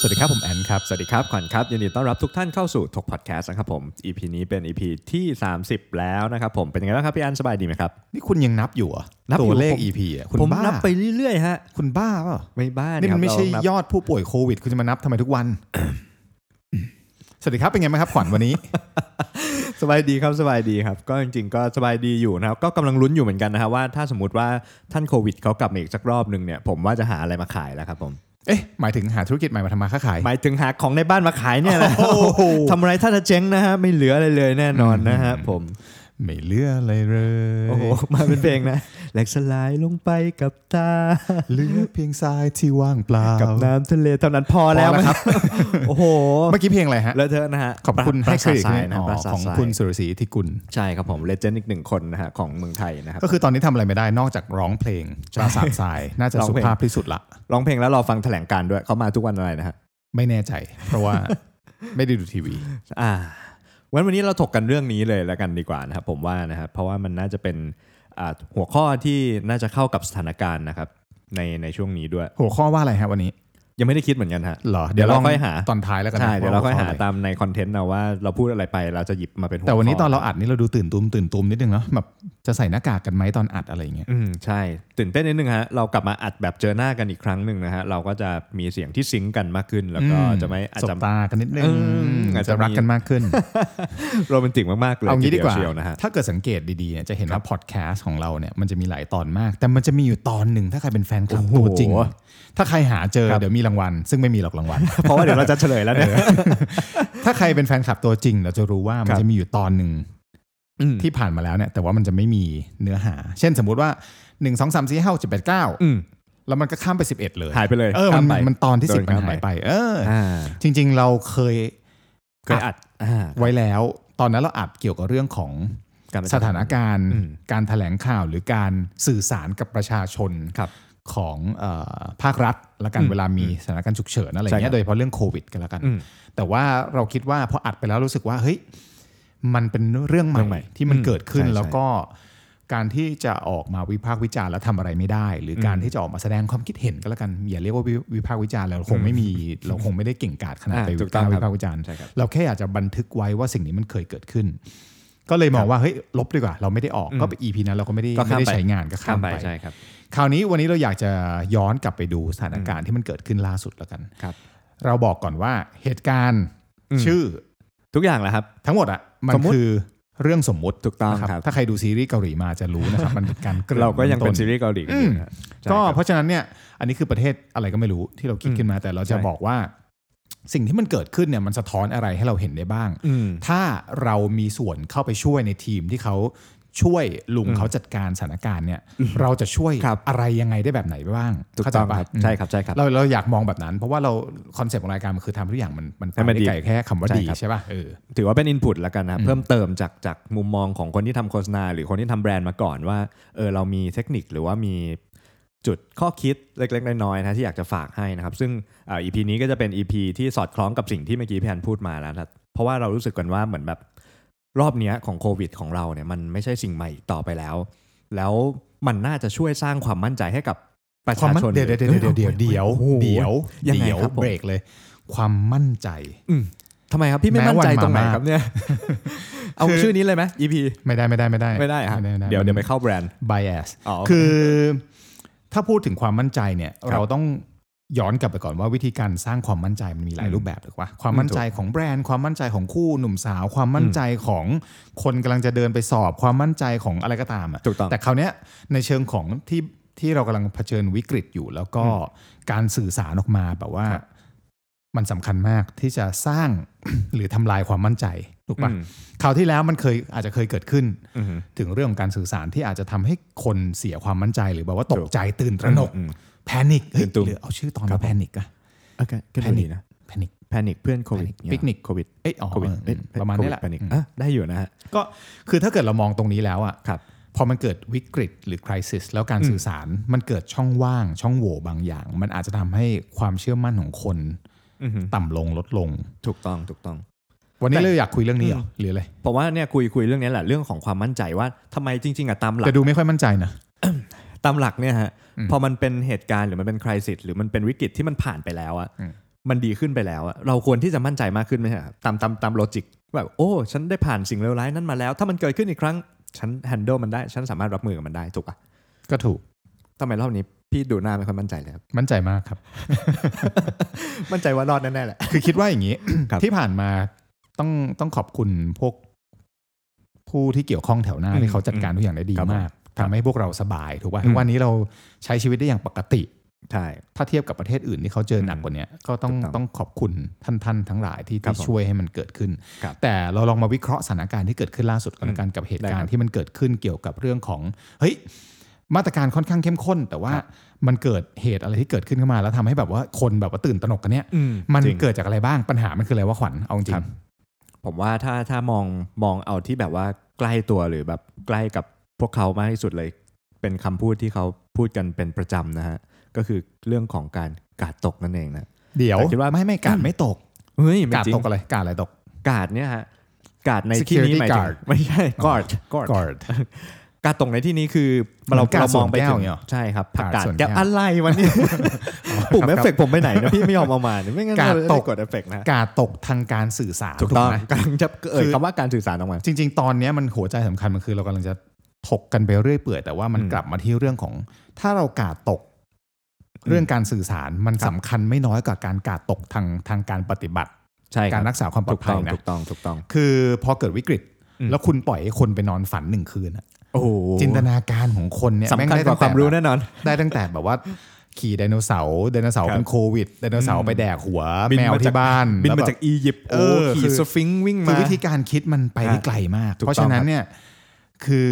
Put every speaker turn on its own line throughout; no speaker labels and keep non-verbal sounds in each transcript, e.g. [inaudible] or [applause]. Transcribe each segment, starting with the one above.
สวัสดีครับ ผมแอนครับ สวัสดีครับขวัญครับยินดีต้อนรับทุกท่านเข้าสู่ถกพอดแคสต์นะครับผม EP นี้เป็น EP ที่ 30 แล้วนะครับผมเป็นยังไงบ้างครับพี่แอนสบายดีไหมครับ
นี่คุณยังนับอยู่เหรอะ
นับอยู่
ตัวเลข
ผม
EP อะคุณ
ผม
บ้า
นับไปเรื่อยๆฮะ
คุณบ้าเปล่า
ไม่บ้า
นี่
ครั
มัน
บ
ไม่ใช่
เรานับ
ยอดผู้ป่วยโควิด คุณจะมานับทำไมทุกวัน สวัสดีครับเป็นไงบ้างครับขวัญวันนี้ [laughs]
สบายดีครับสบายดีครับ ก็จริงๆก็สบายดีอยู่นะครับก็กำลังลุ้นอยู่เหมือนกันนะฮะว่าถ้าสมมติว่าท่านโควิดเขากลับมาอีกสักรอบหนึ่งเนี่ยผมว่าจะหาอะไรมาขายแล้วครับผม
เอ๊ะหมายถึงหาธุรกิจใหม่มาทำมาค้าขาย
หมายถึงหาของในบ้านมาขายเนี่ยแหละ
โอ้โห
ทำอะไรถ้าจะเจ๊งนะฮะไม่เหลืออะไรเลยแน่นอนนะฮะผม
ไม่เหลืออะไรเลย
โอ้โหมาเป็นเพลงนะ [laughs] แหลกสลายลงไปกับตา
เหลือเพียงทรายที่ว่างเปล่า
กับน้ำทะเลเท่านั้นพอแล้ว
พอแล้วครับ
โอ้โห
เมื่อกี้เพลงอะไรฮะ
แล้วเธอะนะฮะ
ขอบคุณ
ป
ให้
รา
เค
สาทท
รดิต
รายนะ
อ๋อ
ปราสาท
ของ
ทราย
คุณสุรศรีธิกุล
ใช่ครับผมเลเจนด์อีกหนึ่งคนนะฮะของเมืองไทยนะครับ
ก็คือตอนนี้ทำอะไรไม่ได้นอกจากร้องเพลงปราสาท
[laughs]
ทรายน่าจะ
ร้อง
สุ
เพลง
ภาพที่สุดละ
ร้องเพลงแล้วรอฟังแถลงการณ์ด้วยเขามาทุกวันอะไรนะฮะ
ไม่แน่ใจ เพราะว่า [laughs] ไม่ได้ดูทีวี
อ่าวันวันนี้เราถกกันเรื่องนี้เลยแล้วกันดีกว่านะครับผมว่านะครับเพราะว่ามันน่าจะเป็นอ่าหัวข้อที่น่าจะเข้ากับสถานการณ์นะครับในในช่วงนี้ด้วย
หัวข้อว่าอะไรฮะวันนี้
ยังไม่ได้คิดเหมือนกันฮะ
เหรอ
เดี๋ยวเราค่อยหา
ตอนท้ายแล้วกันนะ
ใช่เดี๋ยวเราค่อยหา
ะไร
ตามในคอนเทนต์นะว่าเราพูดอะไรไปเราจะหยิบมาเป็นหัวข้อ
แต่วันนี้ตอนเราอัดนี่เราดูตื่นตุมตื่นตุมนิดนึงเนาะแบบจะใส่หน้ากากกันไหมตอนอัดอะไรอย่างเงี้ย
อืมใช่ตื่นเต้นนิดนึงฮะเรากลับมาอัดแบบเจอหน้ากันอีกครั้งหนึ่งนะฮะเราก็จะมีเสียงที่ซิงก์กันมากขึ้น แล้วก็จะไม่อาจ
ส
จะ
บตากันนิดนึง
อืมอาจจะ
จะรักกันมากขึ้น
โรแมนติกมากๆเลย
เอางี้ดีกว่า
ทีเชียวนะฮะ
ถ้าเกิดสังเกตดีๆเนี่ยจะเห็นว่าพอดแคสต์ของเราเนี่ยมันจะมีหลายตอนมาก แต่มันจะมีอยู่ตอนหนึ่งถ้าใครเป็นแฟนคลับ
โอ้โห
ตัวจริง ถ้าใครหาเจอ
ครับ
เดี๋ยวมีรางวัล ซึ่งไม่มีหรอกรางวัล
เพราะว่าเดี๋ยวเราจะเฉลยแล้วเนี่ย
ถ้าใครเป็นแฟนคลับตัวจริงเราจะรู้ว่า
คน
มั
รับ
จะมีอยู่ตอนหนึ่ง ที่ผ่านมาแล้วเนี่ยแต่ว่ามันจะไม่มีเนื้อหา เช่นสมมุติว่า 1 2 3 4 5 6 7 8
อืม
9 แล้วมันก็ข้ามไป 11 เลย
หายไปเลย
เออมัน
ข้าไป
มันตอนที่
โด
10 มันหายไป เอออ
อ่า
จริง ๆ เราเคย
เคยอัดอ่า
ไว้แล้ว ตอนนั้นเราอัดเกี่ยวกับเรื่องของ
กลับม
สถานการณ์
อืม
การถแถลงข่าวหรือการสื่อสารกับประชาชน
ครับ
ของเออภาครัฐละกัน
อืม
เวลามีสถานการณ์ฉุกเฉินอะไร
ใช่ครั
เงี้
บ
ยโดยเฉพาะเรื่องโควิดกันละกัน
อืม
แต่ว่าเราคิดว่าพออัดไปแล้วรู้สึกว่าเฮ้ยมันเป็นเรื่องให
เรื่อ
ม่
งใหม่
ที่มัน
อืม
เกิดขึ้น
ใช่ใช่
แล้วก็การที่จะออกมาวิพากษ์วิจารณ์แล้วทำอะไรไม่ได้ หรืออ
ม
การที่จะออกมาแสดงความคิดเห็นก็แล้วกันอย่าเรียกว่าวิวิพากษ์วิจารณ์เราคงไม่มีเราคงไม่ได้เก่งกาจขนาด
อ่า
ไป
ถูกต้องครับ
วิพากษ์วิจารณ์
ใช่ครับ
เราแค่อยากจะบันทึกไว้ว่าสิ่งนี้มันเคยเกิดขึ้น ก็เลยมองว่าเฮ้ยลบดีกว่า เราไม่ได้ออก
อืม
ก็ไปอีพีนั้นเราก็ไม่ได้
ก็
ไม่
ข้าม
ได้
ไป
ใช้งานก็ข้ามไป
ใช่ครับ
คราวนี้วันนี้เราอยากจะย้อนกลับไปดูสถานการณ์ที่มันเกิดขึ้นล่าสุดแล้วกัน
ครับ
เราบอกก่อนว่าเหตุการณ์
อืม
ชื่อ
ทุกอย่างแหละครับ
ทั้งหมดอ่ะมัน
สมมุติ
คือเรื่องสมมุติ
ถูกต้อง
นะครับ ถ้าใครดูซีรีส์เกาหลีมาจะรู้นะครับ มันเป็น
[laughs]
การเกริ่น
เราก็ยังเป็น
ต้
ซีรีส์เกาหลีกันอยู่นะฮะใช่
ก็
ครับ
เพราะฉะนั้นเนี่ยอันนี้คือประเทศอะไรก็ไม่รู้ที่เราคิดขึ้นมาแต่เราจะ
ใช่
บอกว่าสิ่งที่มันเกิดขึ้นเนี่ยมันสะท้อนอะไรให้เราเห็นได้บ้าง
อืม
ถ้าเรามีส่วนเข้าไปช่วยในทีมที่เขาช่วยลุงเขาจัดการสถานการณ์เนี่ย เราจะช่วย
ครับ
อะไรยังไงได้แบบไหนบ้าง
ถูก
เข้าใจ
ต้อง
ปะ
ครับ
อืม
ใช่ครับใช่ครับ
เราเราอยากมองแบบนั้น เพราะว่าเราคอนเซปต์ของรายการมันคือทำทุกอย่างมันมัน
ให้มัน
ไป
ดี
ไกลแค่คำว่า
ใช่
ดี
ครับ
ใช่ป่ะเออ
ถือว่าเป็นอินพุตแล้วกันนะ
อืม
เพิ่มเติมจากจากมุมมองของคนที่ทำโฆษณา หรือคนที่ทำแบรนด์มาก่อนว่าเออเรามีเทคนิคหรือว่ามีจุดข้อคิดเล็ก ๆ น้อยๆนะที่อยากจะฝากให้นะครับ ซึ่งอ่า EP นี้ก็จะเป็น EP ที่สอดคล้องกับสิ่งที่เมื่อกี้พี่อันพูดมาแล้วนะเพราะว่าเรารู้สึกกันว่าเหมือนแบบรอบเนี้ยของโควิดของเราเนี่ยมันไม่ใช่สิ่งใหม่อีกต่อไปแล้ว แล้วมันน่าจะช่วยสร้างความมั่นใจให้กับประ
ควา
ชา
มมั่น
ชน
เดี๋ยวเดี๋ยวเดี๋ยวเดี๋ยวเดี๋ยว
โอ้โห
เดี๋ยว
ยังไง
เดี๋ยว
ครับผม
เบรกเลย ความมั่นใจ
อืมทำไมครับพี่ไม่มั่นใจตรงไหนครับเนี่ย เอา
คือ
ชื่อนี้เลยไหม EP
ไม่ได้ไม่ได้ไม่ได้
ไม่ได้ครับเดี๋ยวเดี๋ยวไปเข้าแบรนด์
ไบแอส
อ๋อโอเค
คือถ้าพูดถึงความมั่นใจเนี่ย
ครับ
เราต้องย้อนกลับไปก่อนว่าวิธีการสร้างความมั่นใจมันมีหลาย
อืม
รูปแบบหรือว่าความมั่นใจของแบรนด์ ความมั่นใจของคู่หนุ่มสาว ความมั่นใจของคนกำลังจะเดินไปสอบ ความมั่นใจของอะไรก็ตามอะ
ถูกต้อง
แต่คราวเนี้ยในเชิงของที่ที่เรากำลังเผชิญวิกฤตอยู่ แล้วก็การสื่อสารออกมาแบบว่า มันสำคัญมากที่จะสร้าง [coughs] หรือทำลายความมั่นใจถูกปะ
อืม
คราวที่แล้วมันเคยอาจจะเคยเกิดขึ้น
อืม
ถึงเรื่องของการสื่อสารที่อาจจะทำให้คนเสียความมั่นใจ หรือแบบว่าตกใจตื่นต
อื
ระ
ม
หนก
อืม
แพนิคเฮ้ย
ตื่นตูม
หรือเอาชื่อตอน
ครั
ว่า
บ
แพนิคอะ
โอเคก็ดูดีนะ
แพนิค
แพ พนิคเพื่อนโควิด
Panic Picnic
โควิด
เอ้ยอ๋อ
โควิด
เออประมาณนี้แหละ
แพนิค
อืม
ได้อยู่นะฮะ
ก็คือถ้าเกิดเรามองตรงนี้แล้วอะ
ครับ
พอมันเกิดวิกฤตหรือคริสิสแล้วการสื่อสารมันเกิดช่องว่างช่องโหว่บางอย่าง มันอาจจะทำให้ความเชื่อมั่นของคน
อือหือ
ต่ำลงลดลง
ถูกต้องถูกต้อง
วันนี้
แต่
เราอยากคุยเรื่องนี้เหรอหรืออะไร
เพราะว่าเนี่ยคุยคุยเรื่องนี้แหละเรื่องของความมั่นใจว่าทำไมจริงๆอะตามหลัก
แต่ดูไม่ค่อยมั่นใจนะ
ตามหลักเนี่ยฮะ
อืม
พอมันเป็นเหตุการณ์หรือมันเป็นคริสิสหรือมันเป็นวิกฤตที่มันผ่านไปแล้วอะ
อืม
มันดีขึ้นไปแล้วอะเราควรที่จะมั่นใจมากขึ้นไหมฮะตามตามตามโลจิกแบบโอ้ ฉันได้ผ่านสิ่งเลวร้ายนั้นมาแล้ว ถ้ามันเกิดขึ้นอีกครั้ง ฉัน handle มันได้ ฉันสามารถรับมือกับมันได้ถูกปะ
ก็ถูก
ทำไมรอบนี้พี่ดูหน้าไม่ค่อยมั่นใจเลยครับ
มั่นใจมากครับ
มั่นใจว่ารอดแน่ๆแหละ
คือคิดว่าอย่างนี้
ครับ
ที่ผ่านมาต้องต้องขอบคุณพวกผู้ที่เกี่ยวข้องแถวหน้า
อืม
ที่เขาจัดการทุกอย่างได้ดี
ครับผม
มากทำให้พวกเราสบายถูกป่ะ
อืม
วันนี้เราใช้ชีวิตได้อย่างปกติ
[laughs] ใช่
ถ้าเทียบกับประเทศอื่นที่เขาเจอหนักกว่าเนี้ยก็ต้อง
ถูกต้อง
ต้องขอบคุณท่านท่านๆทั้งหลายที่
ครับ
ที่
ผม
ช่วยให้มันเกิดขึ้น
ครับ
แต่เราลองมาวิเคราะห์สถานการณ์ที่เกิดขึ้นล่าสุดกันละกันกับเหตุกา
ได้ค
ร
รั
ณ์
บ
ที่มันเกิดขึ้นเกี่ยวกับเรื่องของเฮ้ยมาตรการค่อนข้างเข้มข้น แต่ว่า
ครับ
มันเกิดเหตุอะไรที่เกิดขึ้นขึ้นมา แล้วทำให้แบบว่าคนแบบว่าตื่นตระหนกกันเนี้ย
อืม
มัน
จริง
เกิดจากอะไรบ้างปัญหามันคืออะไรวะขวัญเอาจริ
ครั
ง
บ ผมว่าถ้าถ้ามองมองเอาที่แบบว่าใกล้ตัวหรือแบบใกล้กับพวกเขามากที่สุดเลย เป็นคำพูดที่เขาพูดกันเป็นประจำนะฮะก็คือเรื่องของการกาดตกนั่นเองนะ
เดี๋ยว
แต่คิดว่า
ไม่ไม่การไม่ตก
เฮ้ยไม่
การ
จริ
ต
ง
กอะไรการอะไรตก
กาดเนี่ยฮะกาดในที่
Security
นี้หมายถึง
guard
ไม่ใช่กอดกอด
กอด
กาดตรงในที่นี้คือเรา
เหมือนกาด
เรามองไป
สวนแก้
ถึ
ว
ง
อย่างเงี้ยหรอ
ใช่ครับผักกาก
า
ด
ดสวนแก้
แก้ว
ว
อะไรวะเนี่ยปุ่มเอฟเฟกต์ผมไปไหนนะพี่ไม่ยอมเอามาเนี่ยไม่งั้น
กาด
เราจะ
ตก
กดเอฟเฟกต์นะ
[laughs] การตกทางการสื่อสาร
ถูกต้อง
ไหม
กำลังจะเอ่ย
คือ
คำว่าการสื่อสารออกมา
จริง ๆ ตอนเนี้ยมันหัวใจสำคัญมันคือเรากำลังจะถกกันไปเรื่อยเปื่อยแต่ว่ามัน
อืม
กลับมาที่เรื่องของ ถ้าเรากาดตก เรื่องการสื่อสารมัน
ครับ
สำคัญไม่น้อยกว่าการกาดตกทางทางการปฏิบัติ
ใช่ค
การ
บ
รักษาความปล
ถู
อด
ก
ภั
ต้อย ง
นะ
ถูกต้องถูกต้อง
คือพอเกิดวิกฤต
อืม
แล้วคุณปล่อยให้คนไปนอนฝันหนึ่งคืนอะ
โอ้โห
จินตนาการของคนเนี่ย
สำคัญ
แงได้
กว่า
ตั้ง
ความรู้
แต่
แน่นอน
ได้ตั้งแต่แบบว่าขี่ไดโนเสาร์ไดโนเสาร์เป็นโควิดไดโนเสาร์ไปแดกหัว
บิน
แมว
มาจาก
ที่บ้าน
บิน
แล้ว
มา
แบบ
จากอียิปต์โอ้
เออคื
ขี่
อ
สฟิงค์วิ่ง
คื
มา
อวิธีการคิดมันไปได้ไกลมาก
ถูกต้อง
เพราะฉะนั้นเนี่ยคือ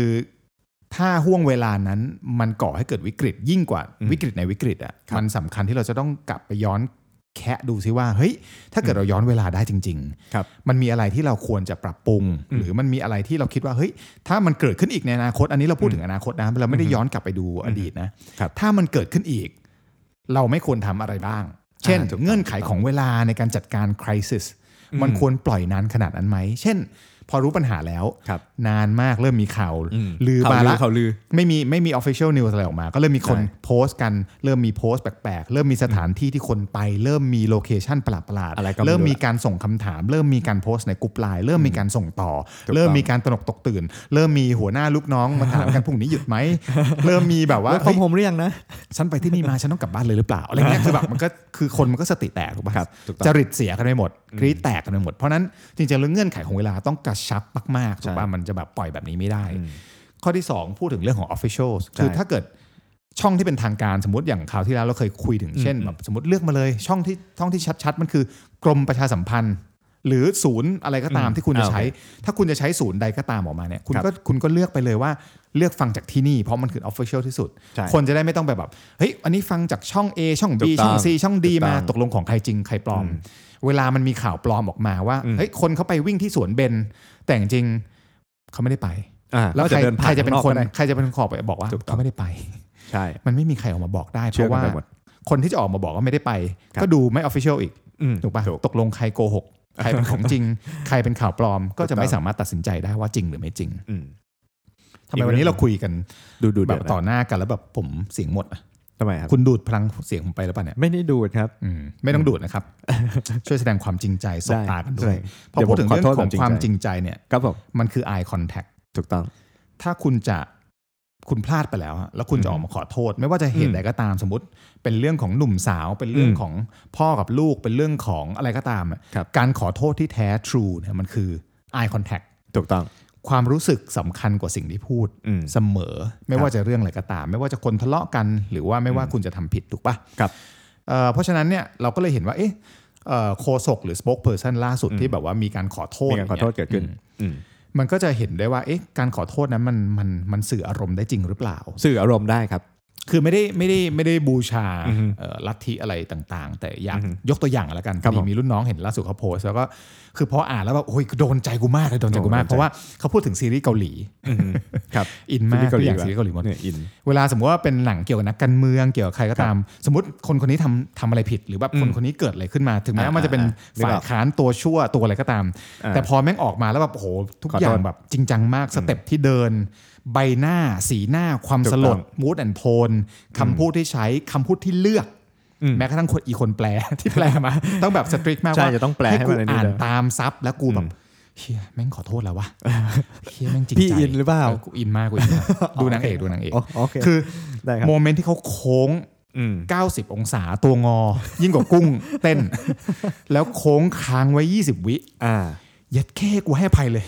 ถ้าห่วงเวลานั้นมันก่อให้เกิดวิกฤตยิ่งกว่า
อืม
วิกฤตในวิกฤตอ่ะ
ครับ
มันสำคัญที่เราจะต้องกลับไปย้อนแคะดูซิว่าเฮ้ยถ้าเกิดเราย้อนเวลาได้จริง
ครับ
มันมีอะไรที่เราควรจะปรับปรุง
อืม
หรือมันมีอะไรที่เราคิดว่าเฮ้ยถ้ามันเกิดขึ้นอีกในอนาคต อันนี้เราพูดถึงอนาคตนะเราไม่ได้ย้อนกลับไปดูอดีตนะครับถ้ามันเกิดขึ้นอีก เราไม่ควรทำอะไรบ้าง เช่น
อ่าถูกต้อง
เงื่อนไขของเวลาในการจัดการคริสิส
อืม
มันควรปล่อยนานขนาดนั้นไหม เช่น พอรู้ปัญหาแล้ว
ครับ
นานมากเริ่มมีข่าว
ม
ลือ
ข่
มาละ
เขาวลือ
ไม่มีไม่มี official news อะไรออกมา ก็เริ่มมีคน
ใช่
โพสต์กัน เริ่มมีโพสต์แปลกๆ เริ่มมีสถานที่ที่คนไป เริ่มมีโลเคชันประหลาด
อะไรก็
ๆ เริ่มมี
ไรู้
การส่งคำถาม เริ่มมีการโพสต์ในกลุ่มไลน์เริ่มมีการส่งต่อ
ถูก
เริ่ม
ต้อง
มีการตระหนกตกตื่น เริ่มมีหัวหน้าลูกน้องมาถามกันพรุ่งนี้หยุ
[laughs]
ดไหม เริ่มมีแบบ
ละ
ว่า
เฮ้ยผมผมหรือยังนะ
ฉันไปที่นี่มาฉันต้องกลับบ้านเลยหรือเปล่าอะไรเงี้ยคือแบบมันก็คือคนมันก็สติแตกถูกปะ
ครับถูกต้อง
จริตเสียกันไปหมดกรีดแตกกันไปหมด เพราะฉะนั้นจริงๆเรื่องเงื่อนไขของเวลาต้องกระชับมากๆถูกปะ
ใช่
มันจะแบบปล่อยแบบนี้ไม่ได้
อืม
ข้อที่ 2 พูดถึงเรื่องของ officials คือถ้าเกิดช่องที่เป็นทางการสมมติอย่างคราวที่แล้วเราเคยคุยถึงเช่น
อืม
แบบสมมติเลือกมาเลย ช่องที่ช่องที่ชัด ๆ มันคือกรมประชาสัมพันธ์ หรือศูนย์อะไรก็ตามที่คุณจะใช้ ถ้าคุณจะใช้ศูนย์ใดก็ตามออกมาเนี่ยคุณ
ครับ
ก็คุณก็เลือกไปเลยว่าเลือกฟังจากที่นี่เพราะมันคือ official ที่สุด
ใช่
คนจะได้ไม่ต้องไปแบบเฮ้ยอันนี้ฟังจากช่อง A ช่อง B
ถูกต้อง
ช่อง C ช่อง D
ถูกต้อง
มาตกลงของใครจริงใครปลอม เวลามันมีข่าวปลอมออกมาว่า
อืม
เฮ้ยคนเขาไปวิ่งที่สวนเบนแต่จริงๆเขาไม่ได้ไป
อ่า
แล้ว
ก็
ใคร
ดิผ่า
ใครจะเป็น
ข้าง
คน
ก็ได้
ใครจะเป็นคนขอไปบอกว่า
ถูกต้อง
เขาไม่ได้ไป
ใช่
มันไม่มีใครออกมาบอกได้เพ
เชื่อ
ราะ
กัน
ว่า
ไปหมด
คนที่จะออกมาบอกว่าไม่ได้ไป
ครับ
ก็ดูไม่ออฟฟิเชียลอีก
อืม
ถูกปะตกลงใครโกหก ใครเป็นของ
[laughs]
จริง ใครเป็นข่าวปลอม ก็จะไม่
ถูกต้อง
สามารถตัดสินใจได้ว่าจริงหรือไม่จริง
อืม
ทำไมวันนี้เราคุยกัน
ดูดูเดื
แบ
อด
บ
นะ
ต่อหน้ากันแล้วแบบผมเสียงหมดอะ
ทำไมครับ
คุณดูดพลังเสียงผมไปหรือเปล่าเนี่ย
ไม่ได้ดูดครับ
อืมไม่ต้องดูดนะครับ ช่วยแสดงความจริงใจสบตากันด้ว
ได้
ยพอ
เดี๋ยว
พูดถึง
ผมขอ
เรื่
โท
อง
ษ
ของ
แบบจริง
ความ
ใจ
จริงใจเนี่ย
ครับผม
มัน [laughs] คือ eye contact
ถูกต้อง
ถ้าคุณจะคุณพลาดไปแล้วอะแล้วคุณจะออกมาขอโทษ ไม่ว่าจะเหตุใดก็ตามสมมติ เป็นเรื่องของหนุ่มสาว เป็นเรื่อง
อืม
ของพ่อกับลูก เป็นเรื่องของอะไรก็ตามอะ
ครับ
การขอโทษที่แท้ true เนี่ยมันคือ eye contact
ถูกต้อง
ความรู้สึกสำคัญกว่าสิ่งที่พูด
อืม
เสมอ ไม่ว่าจะเรื่องอะไรก็ตาม ไม่ว่าจะคนทะเลาะกัน หรือว่าไม่ว่าคุณจะทำผิดถูกปะ
ครับ
เอ่อเพราะฉะนั้นเนี่ยเราก็เลยเห็นว่าเอ๊ะเอ่อโคศกหรือ spokesperson ล่าสุดที่แบบว่ามีการขอโทษ
มีการขอโทษเกิดขึ้น
อืม
อืม
มันก็จะเห็นได้ว่าเอ๊ะการขอโทษนั้นมันมันมันสื่ออารมณ์ได้จริงหรือเปล่า
สื่ออารมณ์ได้ครับ
คือไม่ได้ไม่ได้ไม่ได้บูชา
อือฮึ
เอ่อลัทธิอะไรต่างๆ แต่อยาก
อือฮึ
ยกตัวอย่างแล้วกัน
ครับ
พอดี
ผม
มีรุ่นน้องเห็นล่าสุดเขาโพสต์แล้วก็คือพออ่านแล้วแบบโอ้ยโดนใจกูมากเลยโดนใจกูมาก
โดนใจ
เพราะว่าเขาพูดถึงซีรีส์เกาหลี
อืมครับ
อินมากตัวอย่างซีรีส์เกาหลีหมด
เนี่ยอิน
เวลาสมมติว่าเป็นหนังเกี่ยวกับนักการเมืองเกี่ยวกับใครก็ตาม สมมติคนคนนี้ทำทำอะไรผิด หรือแบบคน
อืม
คนนี้เกิดอะไรขึ้นมา ถึงแม้
อ่า
ว่ามันจะเป็น
อ่านึกอ
ฝ่าย
อก
ค้านตัวชั่วตัวอะไรก็ตาม
อ่า
แต่พอแม่งออกมาแล้วแบบโอ้โหทุก
ขอ
อ
โทษ
ย่างแบบจริงจังมากสเต็ปที่เดิน ใบหน้า สีหน้า ความ
ถูก
ส
ต้อง
ลดมูดแอนโทนคำพูดที่ใช้คำพูดที่เลือก
อืม
แม้กระทั่งคนอีคนแปล [laughs] ที่แปลมา ต้องแบบสตริกมาก
ใช่
ว่า
จะต้องแปลให้
กู
มันอันนี้
อ่าน
ด้วย
ตามซับแล้วกูแบ
อื
บ
ม
เฮียแม่งขอโทษแล้ว
[laughs]
วะเฮียแม่งจริง
พี่
ใจ
อินหรือเปล่า
กูอินมากกูอินมากดูนางเอกดูนางเอก
โอโอเค
คือ
ได้ครับ
โมเมนต์ที่เขาโค้ง
อืม
90 องศาตัวงอ ยิ่งกว่ากุ้ง [laughs] เต้น แล้วโค้งค้างไว้ 20 วิ
อ่า
ยัดแค่กูให้อภัยเลย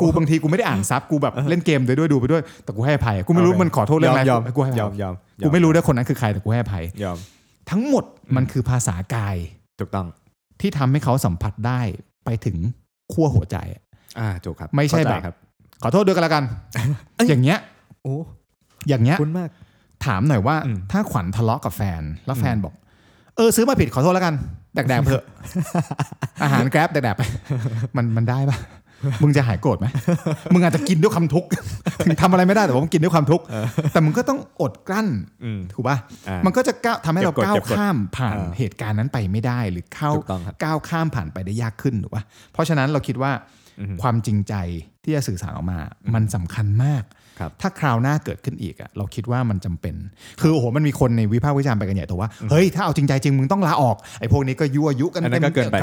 กูบางทีกูไม่ได้อ่านซับกูแบบเล่นเกมไปด้วยดูไปด้วย แต่กูให้อภัย กูไม่รู้
โอเค
มันขอโทษเรื่องอะไร
ยอม
กูให้
ยอมยอมยอม
กูไม่รู้ด้วยคนนั้นคือใครแต่กูให้อภัย
ยอม
ทั้งหมดมันคือภาษากาย
ถูกต้อง
ที่ทำให้เขาสัมผัสได้ไปถึงขั้วหัวใจ
อ่าถูกครับ
ไม่ใช่
เข้าจ
แบบ
ครับ
ขอโทษด้วยกันละกัน
เอ้ย
อย่างเงี้ย
โอ้
อย่างเงี้ย
คุณมาก
ถามหน่อยว่า
อืม
ถ้าขวัญทะเลาะกับแฟน แล้วแฟนบอก เออซื้อมาผิดขอโทษแล้วกัน แดกๆเถอะ
[laughs]
อาหารแกร็บแดกๆไปมันมันได้
[laughs]
ปะมึงจะหายโกรธไหมมึงอาจจะกินด้วยความทุกข์ ถึงทำอะไรไม่ได้แต่ว่ามึงกินด้วยความทุกข์แต่มึงก็ต้องอดกลั้น
อืม
ถูกปะ
อ่ามั
มันก็จะก้าวทำให้เรา
เก็บกด
ก้าว
เก็บกด
ข้ามผ่าน
อ่า
เหตุการณ์นั้นไปไม่ได้หรือเข้า
ถูกต้องครับ
ก้าวข้ามผ่านไปได้ยากขึ้นถูกปะเพราะฉะนั้นเราคิดว่า
อือฮึ
ความจริงใจที่จะสื่อสารออกมา มันสำคัญมาก
ครับ
ถ้าคราวหน้าเกิดขึ้นอีกอะเราคิดว่ามันจำเป็น คือโอ้โหมันมีคนในวิพากษ์วิจารณ์ไปกันใหญ่แต่ว่าเฮ้ยถ้าเอาจริงใจจริงมึงต้องลาออกไอ้พวกนี้ก็ยั่วยุกัน
อันนั้นก็เกินไป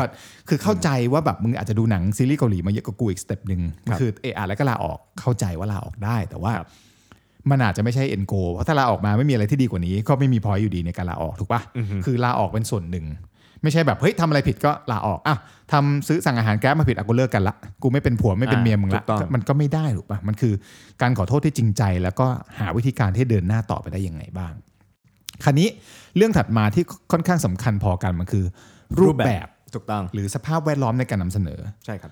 คือเข้าใจว่าแบบมึงอาจจะดูหนังซีรีส์เกาหลีมาเยอะกว่ากูอีกสเต็ปหนึ่งมันคือเอออะไรก็ลาออกเข้าใจว่าลาออกได้แต่ว่า
ครับ
มันอาจจะไม่ใช่เอ็นโกเพราะถ้าลาออกมาไม่มีอะไรที่ดีกว่านี้ ก็ไม่มีพอยอยู่ดีในการลาออกถูกปะคือลาออกเป็นส่วนหนึ่ง ไม่ใช่แบบเฮ้ยทำอะไรผิดก็ลาออกอ่ะทำซื้อสั่งอาหารแก๊บมาผิดอ่ะกูเลิกกันละกูไม่เป็นผัวไม่เป็น
อ่า
เมียมึงละ
ถูกต้อง
มันก็ไม่ได้ถูกปะมันคือการขอโทษที่จริงใจ แล้วก็หาวิธีการที่เดินหน้าต่อไปได้ยังไงบ้าง คราวนี้เรื่องถัดมาที่ค่อนข้างสำคัญพอกันมันคือ รูปแบบ
ถูกต้อง
หรือสภาพแวดล้อมในการนำเสนอ
ใช่ครับ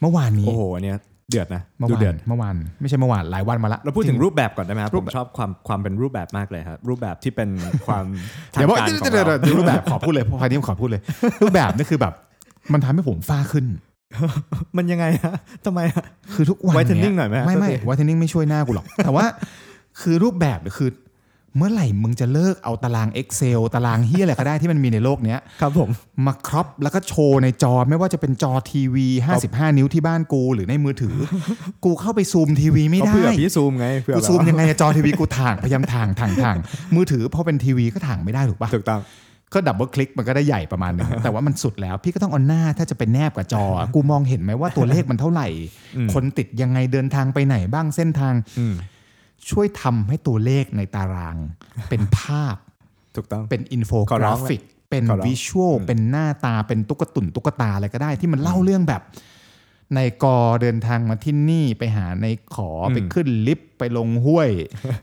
เมื่อวานนี้
โอ้โหอันเนี้ยเดือดนะ
เมื่อ
ดู
วา
เดือน ด
เมื่อวานไม่ใช่เมื่อวานหลายวันมาละ
เราพูดถึงรูปแบบก่อนได้ไหมครับ
รู
ผ
ป
ม
แบบ
ชอบความความเป็นรูปแบบมากเลยครับ รูปแบบที่
[laughs]
เป็นความ ทาง
เดี๋ยวบอก
การข
เดี๋ยว
อง
เดี๋ยว
เรา
เดี๋ยวรูปแบบขอ [laughs] พูดเลยภายนี้ผมขอพูดเลย รูปแบบนี่คือแบบ มันทำให้ผมฟ้าขึ้น
มันยังไงฮะทำไมฮะ
คือทุกวันเนี้
Whitening หน่อยไหมฮะ
ไม่ไม่
โทษที
ไวท์เทนนิ่งไม่ช่วยหน้ากูหรอก [laughs] แต่ว่าคือรูปแบบเนี่ยคือ เมื่อไหร่มึงจะเลิกเอาตาราง Excel ตารางเฮียอะไรก็ได้ที่มันมีในโลกเนี้ย
ครับผม
มาครอปแล้วก็โชว์ในจอไม่ว่าจะเป็นจอทีวี 55 นิ้วที่บ้านกูหรือในมือถือ กูเข้าไปซูมทีวีไม่
เขา
ได้
เผื่อพี่ซูมไงเผื่อ
กู
แบบ
ซูมยังไงอะจอทีวีกูถ่างพยายามถ่างถ่างถ่างมือถือพอเป็นทีวีก็ถ่างไม่ได้ถูกปะ
ถูกต้อง
ก็ดับเบิลคลิกมันก็ได้ใหญ่ประมาณหนึง แต่ว่ามันสุดแล้ว พี่ก็ต้องเอาหน้าถ้าจะไปแนบกับจอ กูมองเห็นไหมว่าตัวเลขมันเท่าไหร่ คนติดยังไงเดินทางไปไหนบ้างเส้นทาง
อืม
ช่วยทำให้ตัวเลขในตาราง เป็นภาพ
ถูกต้อง
เป็นอินโฟ
ขอก ร้
รา
อง
ฟิก เป็น
ขอร้อง
วิชวลเป็นหน้าตาเป็นตุ๊กตุนตุ๊กตาอะไรก็ได้ที่มันเล่าเรื่องแบบ ในกอเดินทางมาที่นี่ไปหาในขออไปขึ้นลิฟต์ไปลงห้
[laughs]
วย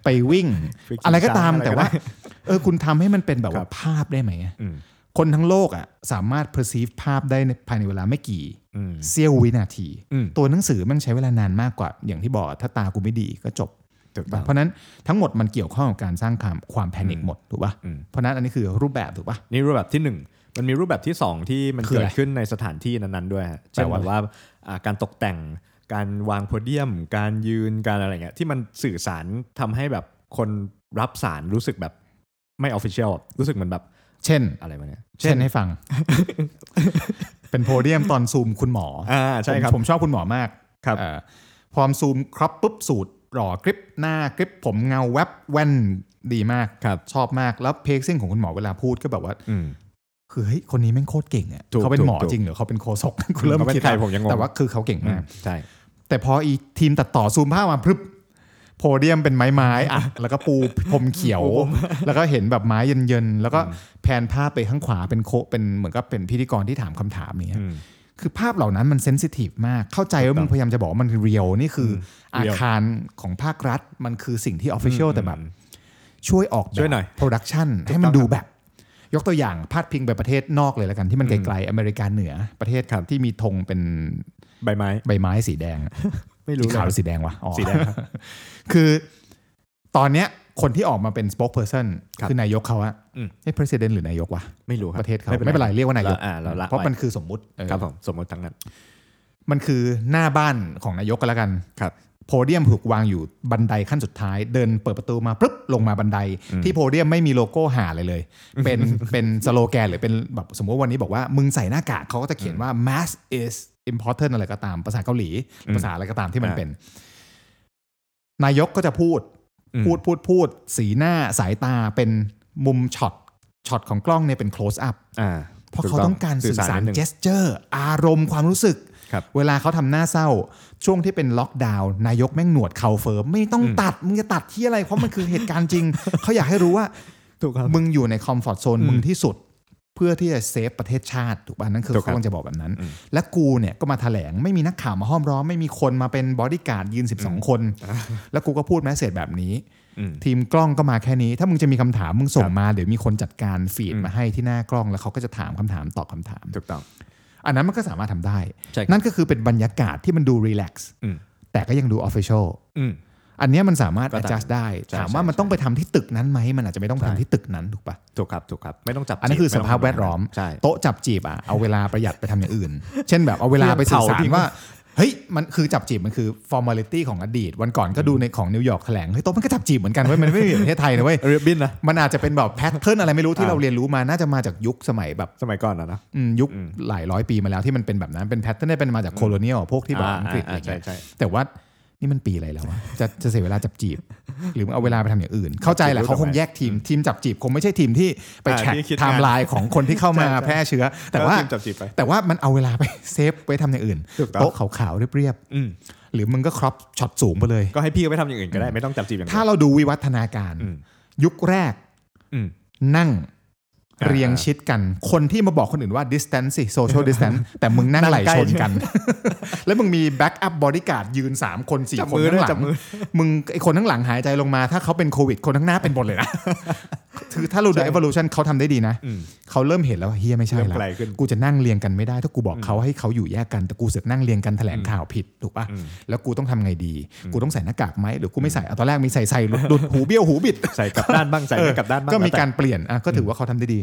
ไปวิ่ง
Freaking
อะไรก็ตาม
ช้างอะไร
แต่
ก็
ว่า
ได้
เออคุณทำให้มันเป็นแบบ
ครั
ว่า
บ
ภาพได้ไหมอะ
อืม
คนทั้งโลกอ่ะสามารถ perceive ภาพได้ในภายในเวลาไม่กี่
อืม
เสี้ยววินาที
อืม
ตัวหนังสือมันใช้เวลานานมากกว่า อย่างที่บอกถ้าตากูไม่ดีก็จบ
ถูกต้อง
เพราะฉะนั้นทั้งหมดมันเกี่ยวข้องกับการสร้างความความแพนิคหมดถูกป่ะ
อืม
เพราะฉะนั้นอันนี้คือรูปแบบถูกป่ะ
นี่รูปแบบที่หนึ่งมันมีรูปแบบที่สองที่มัน
คือ
เกิ
อะ
ด
ไร
ขึ้นในสถานที่นั้นๆด้วยฮะ
แปล
เช่น
ว่า
แบ
อะไร
บว่าอ่าการตกแต่งการวางโพเดียม การยืนการอะไรเงี้ยที่มันสื่อสารทำให้แบบคนรับสารรู้สึกแบบไม่ออฟฟิเชียลรู้สึกเหมือนแบบ
เช่น
อะไรมาเนี่ย
เช่นให้
[laughs]
ฟัง เป็นโพเดียมตอนซูมคุณหมออ
อ่าใช่ครับ
ผมผมชอบคุณหมอมาก
ครับ
เอ่อพอซูมครับปุ๊บสูตรหล่อกริปหน้ากริปผมเงาแวบแว่นดีมาก
ครับ
ชอบมากแล้วเพกซิ่งของคุณหมอเวลาพูดก็แบบว่า
อืม
คือเฮ้ยคนนี้แม่งโคตรเก่งอ่ะ
ถูก
เขาเป็นหมอ
ถูก
จริงเหรือเขาเป็นโคศก [laughs] กูเริ่ม
เขาเป็น
คิด
ใคร
แล้ว
ผมยังงง
แต่ว่าคือเขาเก่ง
อื
มาม ก
ใช่
แต่พออีทีมตัดต่อซูมภาพมาพรึบโพเดียมเป็นไม้ไม้
[laughs]
ๆอ่ะ แล้วก็ปูพรมเขียว แล้วก็เห็นแบบไม้เย็นๆ แล้วก็แผนภาพไปข้างขวาเป็นโคเป็นเหมือนกับเป็นพิธีกรที่ถามคำถามอย่างเงี้ย
อืม
คือภาพเหล่านั้นมันเซนซิทีฟมาก เข้าใจว่ามึงพยายามจะบอกว่ามันเรียลนี่คืออ
ม
อา
real
คารของภาครัฐมันคือสิ่งที่ออฟฟิเชียลแต่แบบ
อืม
ช่วยออกแบ
ช่
บ
วยหน่อย
โปรดักชันให้มันดูแบบ ยกตัวอย่างพาดพิงไปประเทศนอกเลยแล้วกันที่มันไกลๆอเมริกาเหนือ ประเทศ
ครับ
ที่มีธงเป็น
ใบไม้
ใบไม้สีแดง
ไม่
สี
รู้เล
ขาวย หรือสีแดงวะอ๋อ
สีแดงครับ
คือตอนเนี้ย คนที่ออกมาเป็น spokesperson
ครับ
คือนายกเขาอะ
อืม
เอ๊ะ president หรือนายกวะ
ไม่รู้ครับ
ประเทศเขาไม่เป็นไรเรียกว่านายก
อ่าเราละ
เพราะมันคือสมมุติเออ
ครับผมสมมติทั้งนั้น
มันคือหน้าบ้านของนายกก็แล้วกัน
ครับ
โพเดียมถูกวางอยู่บันไดขั้นสุดท้าย เดินเปิดประตูมาปุ๊บลงมาบันได ที่โพเดียมไม่มีโลโก้หาอะไร
[laughs]
เลย เป็นเป็นสโลแกนหรือเป็นแบบสมมติวันนี้บอกว่ามึงใส่หน้ากากเขาก็จะเขียนว่า mask is important อะไรก็ตามภาษาเกาหลี
อืม
ภาษาอะไรก็ตามที่มัน
อ่า
เป็น นายกก็จะพูด
อืม
พูดพูดพูด สีหน้าสายตาเป็นมุมช็อตช็อตของกล้องเนี่ยเป็น close up
อ่า
เพราะ
ถู
เขาต้องการสื่อสาร
นิดนึง
เจสเจอร์อารมณ์ความรู้สึก
ครับ
เวลาเขาทำหน้าเศร้า ช่วงที่เป็นล็อกดาวน์นายกแม่งหนวดเข่าเฟิร์มไม่ต้อง
อืม
ตัด มึงจะตัดที่อะไร เพราะมันคือเหตุการณ์จริง เขาอยากให้รู้ว่า
ถูกครับ
มึงอยู่ในคอมฟอร์ทโซน
อืม
มึงที่สุด เพื่อที่จะเซฟประเทศชาติ ถูกป่ะนั่นคือ
ถูกครับ
เขากำลังจะบอกแบบนั้น
อืม
และกูเนี่ยก็มาแถลงไม่มีนักข่าวมาห้อมร้อม ไม่มีคนมาเป็นบอดี้การ์ดยืน 12 คน แล้วกูก็พูดแมสเสจแบบนี้
อืม
ทีมกล้องก็มาแค่นี้ ถ้ามึงจะมีคำถามมึงส่งมาเดี๋ยวมีคนจัดการฟีด
อืม
มาให้ที่หน้ากล้องแล้วเขาก็จะถามคำถามตอบคำถาม
ถูกต้อง
อันนั้นมันก็สามารถทำได้
ใช่ครับ
นั่นก็คือเป็นบรรยากาศที่มันดูรีแลกซ์
อืม
แต่ก็ยังดูออฟฟิเชียล
อืม
อันเนี้ยมันสามารถ
ก็ตาม
adjust ได้
ใช่
ถามว่า
ใช่
มันต้องไปทำที่ตึกนั้นไหม มันอาจจะไม่ต้อง
ใช่
ทำที่ตึกนั้นถูกปะ
ถูกครับถูกครับ ไม่ต้องจับ
อันนั้น
จีบ
คือสภาพ
ไต้ง
แวดล้อม
ใช่
โต๊ะจับจีบอ่ะ เอาเวลาประหยัดไปทำอย่างอื่น เช่นแบบเอาเวลาไปสื่อสาร
เผาทิ้ง
ว่า เฮ้ย มันคือจับจีบมันคือ formality ของอดีต วันก่อนก็ดูในของนิวยอร์กแถลง เฮ้ย โต๊ะมันก็จับจีบเหมือนกันเว้ย มันไม่ได้เหมือนประเทศไทยนะเว้ย [laughs]
เรียบบินนะ
มันอาจจะเป็นแบบแพทเทิร์นอะไรไม่รู้ที่
อ่า
เราเรียนรู้มา น่าจะมาจากยุคสมัยแบบ
สมัยก่อนนะนะ
อืมยุค
อืม
หลายร้อยปีมาแล้วที่มันเป็นแบบนั้นเป็นแพทเทิร์นได้เป็นมาจากโคโลเนียลพวกที่แบบอังกฤษอะไร
ใช่
เงี้ย
ใช่
แต่ว่านี่มันปีอะไรแล้ววะจะจะเสียเวลาจับจีบ หรือเอาเวลาไปทำอย่างอื่น เข้าใจแหละเขาคงแยกทีมทีมจับจีบ คงไม่ใช่ทีมที่ไป
อ่า
แทร็ก
ที่คิด
ไท
งาน
ม์ไลน์ของคนที่เข้ามา
ใช่ใช่
แพร่เชื้อ แต่ว่า
เออจิ้มจับจีบไป
แต่ว่ามันเอาเวลาไป [laughs] เซฟไว้ทำอย่างอื่น
ถูกต้อง
โต๊ะขาวๆเรียบ
อืม
ๆหรือมึงก็ครอปช็อตสูงไปเลย
ก็ให้พี่เขาไปทำอย่างอื่นก็ได้ไม่ต้องจับจีบอย่างเดียว
ถ้าเราดูวิวัฒนาการ
อืม
ยุคแรก
อืม
นั่ง
อ่า
เรียงชิดกัน คนที่มาบอกคนอื่นว่า distance สิ social
[laughs]
distance แต่มึงนั่ง
นั่ง
ไหล
ใกล้
ชน
[laughs]
กัน แล้วมึงมี back up bodyguard ยืน 3 คน
จับ
4 ค
มื
น
อด้วย
ข้างห
จั
ลั
บ
ง
มือ
มึงไอคนข้างหลังหายใจลงมา ถ้าเขาเป็นโควิด คนข้างหน้าเป็นหมดเลยนะ [laughs] คือถ้าเราดู evolution เขาทำได้ดีนะ
อืม
เขาเริ่มเห็นแล้วว่าเฮียไม่ใช่
เริ่ม
แล้ว
ไกลขึ้น
กูจะนั่งเรียงกันไม่ได้ ถ้ากูบอกเขาให้เขาอยู่แยกกันแต่กูเสือกนั่งเรียงกันแถลงข่าวผิดถูกปะ
อืม
แล้วกูต้องทำไงดี กูต้องใส่หน้ากากไหมหรือกูไม่ใส่เอาตอนแรกมีใส่ใส่หลุดหลุดหูเบี้ยวหู
[laughs]
บิด
ใส่กลับด้านบ้างใส่ไม่กลับด้านบ้าง
ก็มีการ
แล้วแ
เปลี่ยนอ่ะก็ถือว่าเขาทำได้ดี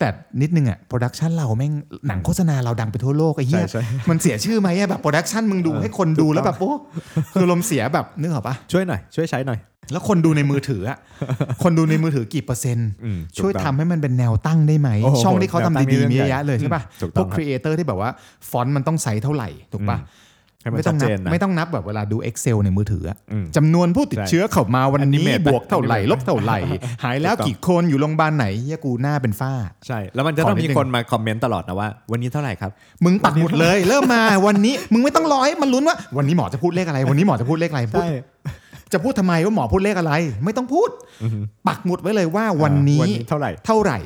แต่นิดนึงอ่ะโปรดักชันเราแม่งหนังโฆษณาเราดังไปทั่วโลกไอ้เหี้ย
ใช่ใช่
มันเสียชื่อไหมอะแบบโปรดักชันมึงดู
เออ
ให้คนดู
ถูกต้อง
แล้วแบบโอ้คือลมเสียแบบนึกออกปะ
ต่ช่วยหน่อยช่วยใช้หน่อย
แล้วคนดูในมือถือ
[laughs]
อ่ะ คนดูในมือถือกี่เปอร์เซ็นต์
อืม
ช่วย
ถูกต้
ทำ
อง
ให้มันเป็นแนวตั้งได้ไหม
โอ้โห
ช่องที่เขาทำ
แนวตั้งนี่
ดี
เรื่
ๆ
อง
มี
ใหญ่
เยอะแยะเลยใช่ป่ะ
อืมถูกต้
พ
อ
ว
ง
ก
ครับ
ครีเอเตอร์ที่แบบว่าฟอนต์มันต้องใส่เท่าไหร่ถูกป่ะ
ให้มัน
ไม่ต้
ชั
อ
ด
ง
เจ
นับ
นนะ
ไม่ต้องนับแบบเวลาดู Excel ในมือถืออะ
อืม
จำนวนผู้ติดเชื้อเข้ามาวันนี้
Animate
บวกเท่าไหร่
Animate
ลบเท่าไหร่
[laughs]
หายแล้ว
ถูกต้อง
กี่คนอยู่โรงพยาบาลไหนเหี้ยกูหน้าเป็นฝ้า
ใช่ แล้วมันจะต้อง
ขอนิด
มี
นึง
คนมาคอมเมนต์ตลอดนะว่า วันนี้เท่าไหร่ครับ
มึงปักหมุดเลย
[laughs]
เริ่มมาวันนี้มึงไม่ต้องรอให้มันลุ้นว่า วันนี้หมอจะพูดเลขอะไร วันนี้หมอจะพูดเลขอะไรพูดจะพูดทำไมว่าหมอพูดเลขอะไร ไม่ต้องพูด ปักหมุดไว้เลยว่าวันนี้
วันนี้เท่าไหร่
เท่าไหร่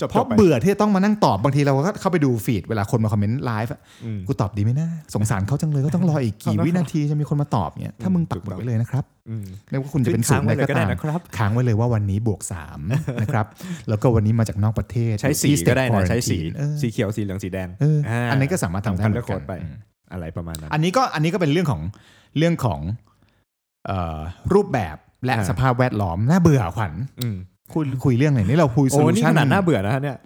จบ
เพราะ
จบไป
เบื่อที่จะต้องมานั่งตอบบางทีเราก็เข้าไปดูฟีดเวลาคนมาคอมเมนต์ไลฟ์อะ
อืม
กูตอบดีไหมนะสงสารเขาจังเลยก็ต้องรออีกกี่
ครับ
วินาทีจะมีคนมาตอบเนี่ยถ้ามึงปักหมุดไว้เลยนะครับ
อืม
ไม่ว่าคุณจะเป็น
ขึ้น
ศูนย์อะ
ค้างไว้เลย
ไรก็
ก็ได้
ตาม
นะครับ
ค้างไว้เลยว่าวันนี้บวก 3 [laughs] นะครับ แล้วก็วันนี้มาจากนอกประเทศ
ใช้สี
ที่ state
ก็ได้นะ ใช้สี
quarantine เออ
สีเขียวสีเหลืองสีแดง
เอออ่
า
อันนี้ก็สามารถทำได้
คัน
เหมื
เลื
อ
อก
นกัน
โค้ดไป
อืม
อะไรประมาณนั้น
อันนี้ก็อันนี้ก็เป็นเรื่องของเรื่องของเอ่อรูปแบบและ
อ่า
สภาพแวดล้อมน่าเบื่อขวัญ
อืม
คุยคุยเรื่องไหนนี่เราคุยโซ
โอ้
ลู
นี่
ชั
ข
น
นาดน่าเบื่อนะฮะเนี่ย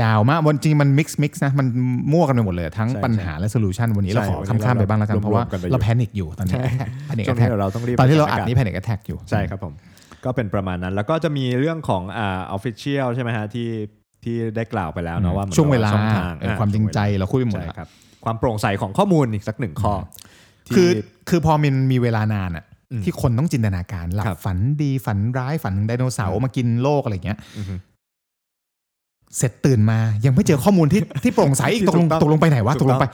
ยาวมากวันจริงมันมิกซ์มิกซ์นะมันมั่วกันไปหมดเลยทั้ง
ใช่
ปัญหาและโซลูชันวันนี้
ใช่
เราขอ
วันนี้
ข้ามๆไปบ้างแล้วกัน
เรา
เพราะว่า
เรารวมกันไปอยู่
เราแพนิคอยู่ตอนนี้แพนิค
ช่วง
แท
นี้เดี๋ยวเราต้องรีบ
ตอนที่เราอัด
จัก
นี้แพนิคแทกอยู่
ใช่ครับผม ก็เป็นประมาณนั้น แล้วก็จะมีเรื่องของอ่าออฟฟิเชียลใช่ไหมฮะที่ที่ได้กล่าวไปแล้วเนาะว่ามัน
ช่วงเวลา
ช่องทาง
เออความจริงใจเราคุยไปหมด
ใช่
แล้ว
ครับ ความโปร่งใสของข้อมูลอีกสักหนึ่งข้อที่
คือคือพอมันมีเวลานานอะ
อืม
ที่คนต้องจินตนาการหลั
ครับ บ
ฝันดีฝันร้ายฝันถึงไดโนเสาร์มากินโลกอะไรเงี้ย
อือฮึ
เสร็จตื่นมายังไม่เจอข้อมูลที่ [laughs] ที่โปร่งใสอีก
ที่
ตกล
ถู
ง
กต้อง
ตกลงไปไหนวะ
ถู
ต
ก
ก
ต้อ
ล
ง
งไป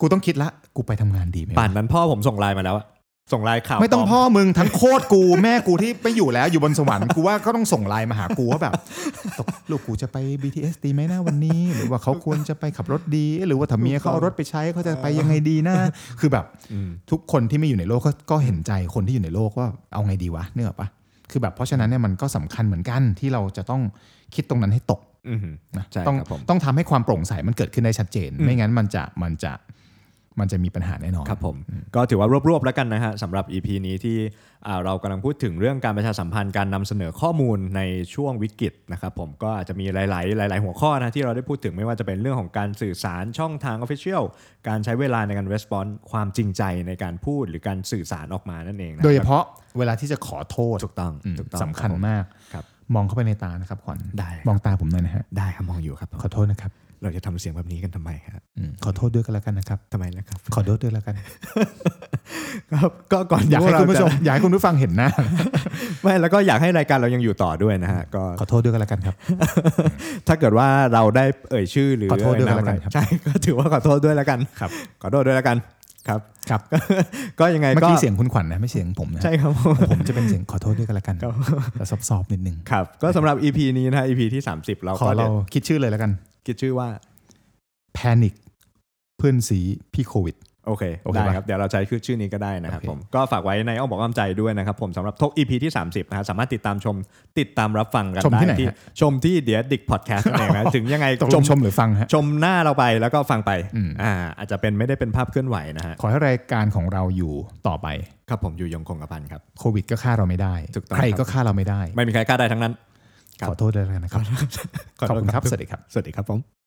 กูต้องคิดละกูไปทำงานดีไหมวะ
ป่านนั้นพ่อผมส่งไลน์มาแล้วอะส่งไลน์ข่าว
ไม่ต้อง
ปล
พ่
ม
อมึงทั้งโคตร
[laughs]
กู แม่กูที่ไปอยู่แล้วอยู่บนสวรรค์กูว่าก็ต้องส่งไลน์มาหากูว่าแบบตกลูกกูจะไป BTS ดีไหมนะวันนี้ หรือว่าเขาควรจะไปขับรถดี หรือว่าถ้าเมียเขาเอารถไปใช้เขาจะไปยังไงดีนะคือแบบ
ม
ทุกคนที่ไม่อยู่ในโลกก็ก็เห็นใจคนที่อยู่ในโลกว่าเอาไงดีวะเนื้ออกปะคือแบบเพราะฉะนั้นเนี่ยมันก็สำคัญเหมือนกันที่เราจะต้องคิดตรงนั้นให้ตก
อืม
นะ
ใช่
ต้อง
ครับผม
ต้องทำให้ความโปร่งใสมันเกิดขึ้นได้ชัดเจน
อืม
ไม่งั้นมันจะมันจะ มันจะมีปัญหาแน่นอน
ครับผมก็ถือว่ารวบๆแล้วกันนะฮะสำหรับ EP นี้ที่อ่าเรากำลังพูดถึงเรื่องการประชาสัมพันธ์การนำเสนอข้อมูลในช่วงวิกฤตนะครับผมก็อาจจะมีหลายๆ หลาย ๆ หัวข้อนะที่เราได้พูดถึงไม่ว่าจะเป็นเรื่องของการสื่อสารช่องทาง Official การใช้เวลาในการ response ความจริงใจในการพูดหรือการสื่อสารออกมานั่นเองนะ
โดยเฉพาะเวลาที่จะขอโทษ
ถูกต้อง
อืม
ถูกต้อง
สำคัญ
รับผม
าก
ครับ
มองเข้าไปในตานะครับขวัญ
ได้
มองตาผมหน่อยนะฮะ
ได้ครับมองอยู่ครับผม
ขอโทษนะครับ
เราจะทำเสียงแบบนี้กันทำไมครับ
อืมขอโทษด้วยกันแล้วกันนะครับ
ทำไมล่ะครับ
ขอโทษด้วยแล้วกัน
ครับก็ก่อน
อยากให้
พวเร
คุณผู้
[laughs]
ชม
จะ
อยากให้คุณผู้ฟังเห็นหน้า
ไม่แล้วก็อยากให้รายการเรายังอยู่ต่อด้วยนะฮะก็
ขอโทษด้วยกันแล้วกันครับ
ถ้าเกิดว่าเราได้เอ่ยชื่อหรือ
ขอโทษด้วยแล้วกันครับ
ใช่ ก็ถือว่าขอโทษด้วยแล้วกันครับ ขอโทษด้วยแล้วกันครับ [laughs]
ครับ
ก็ยังไง
เมื่อ
ก็
กี้เสียงคุณขวัญนะไม่เสียงผมนะ
ใช่ครับ [laughs] ผม
ผมจะเป็นเสียงขอโทษด้วยกันแล้วกัน
ครับ
แต่ซอบๆนิดนึง
ครับ ก็สำหรับ EP นี้นะฮะ EP ที่ 30 เรา
ขอ
ก็
เรา
เดี๋ยว
คิดชื่อเลยแล้วกัน
คิดชื่อว่า
แพนิคเพื่อนสีพี่โควิด
โอเค
โอเค
ได้
ปะ
ครับ เดี๋ยวเราใช้ชื่อนี้ก็ได้นะครับ
โอเค
ผม ก็ฝากไว้ในอ้อมบอกอ้อมใจด้วยนะครับผมสำหรับทก EP ที่ 30นะฮะสามารถติดตามชมติดตามรับฟังกัน
ชม
ได้
ที่ไหน
ที่
ฮะ
ชมที่เดียดิกพอดแคสต์นั่นเองนะ
[laughs]
ถึงยังไง
ตกลงชมหรือฟังฮะ
ชมหน้าเราไปแล้วก็ฟังไป
อืม
อ่าอาจจะเป็นไม่ได้เป็นภาพเคลื่อนไหวนะฮะ
ขอให้รายการของเราอยู่ต่อไป
ครับผมอยู่ยงคงกระพันครับ
โควิดก็ฆ่าเราไม่ได้
ถูกต้อง
ใคร
ครับ
ก็ฆ่าเราไม่ได้
ไม่มีใครกล้าได้ทั้งนั้น ครับ
ขอโทษด้วยแล้วกันนะครับ ขอบคุณครับ สวัสดีครับ
สวัสดีครับผม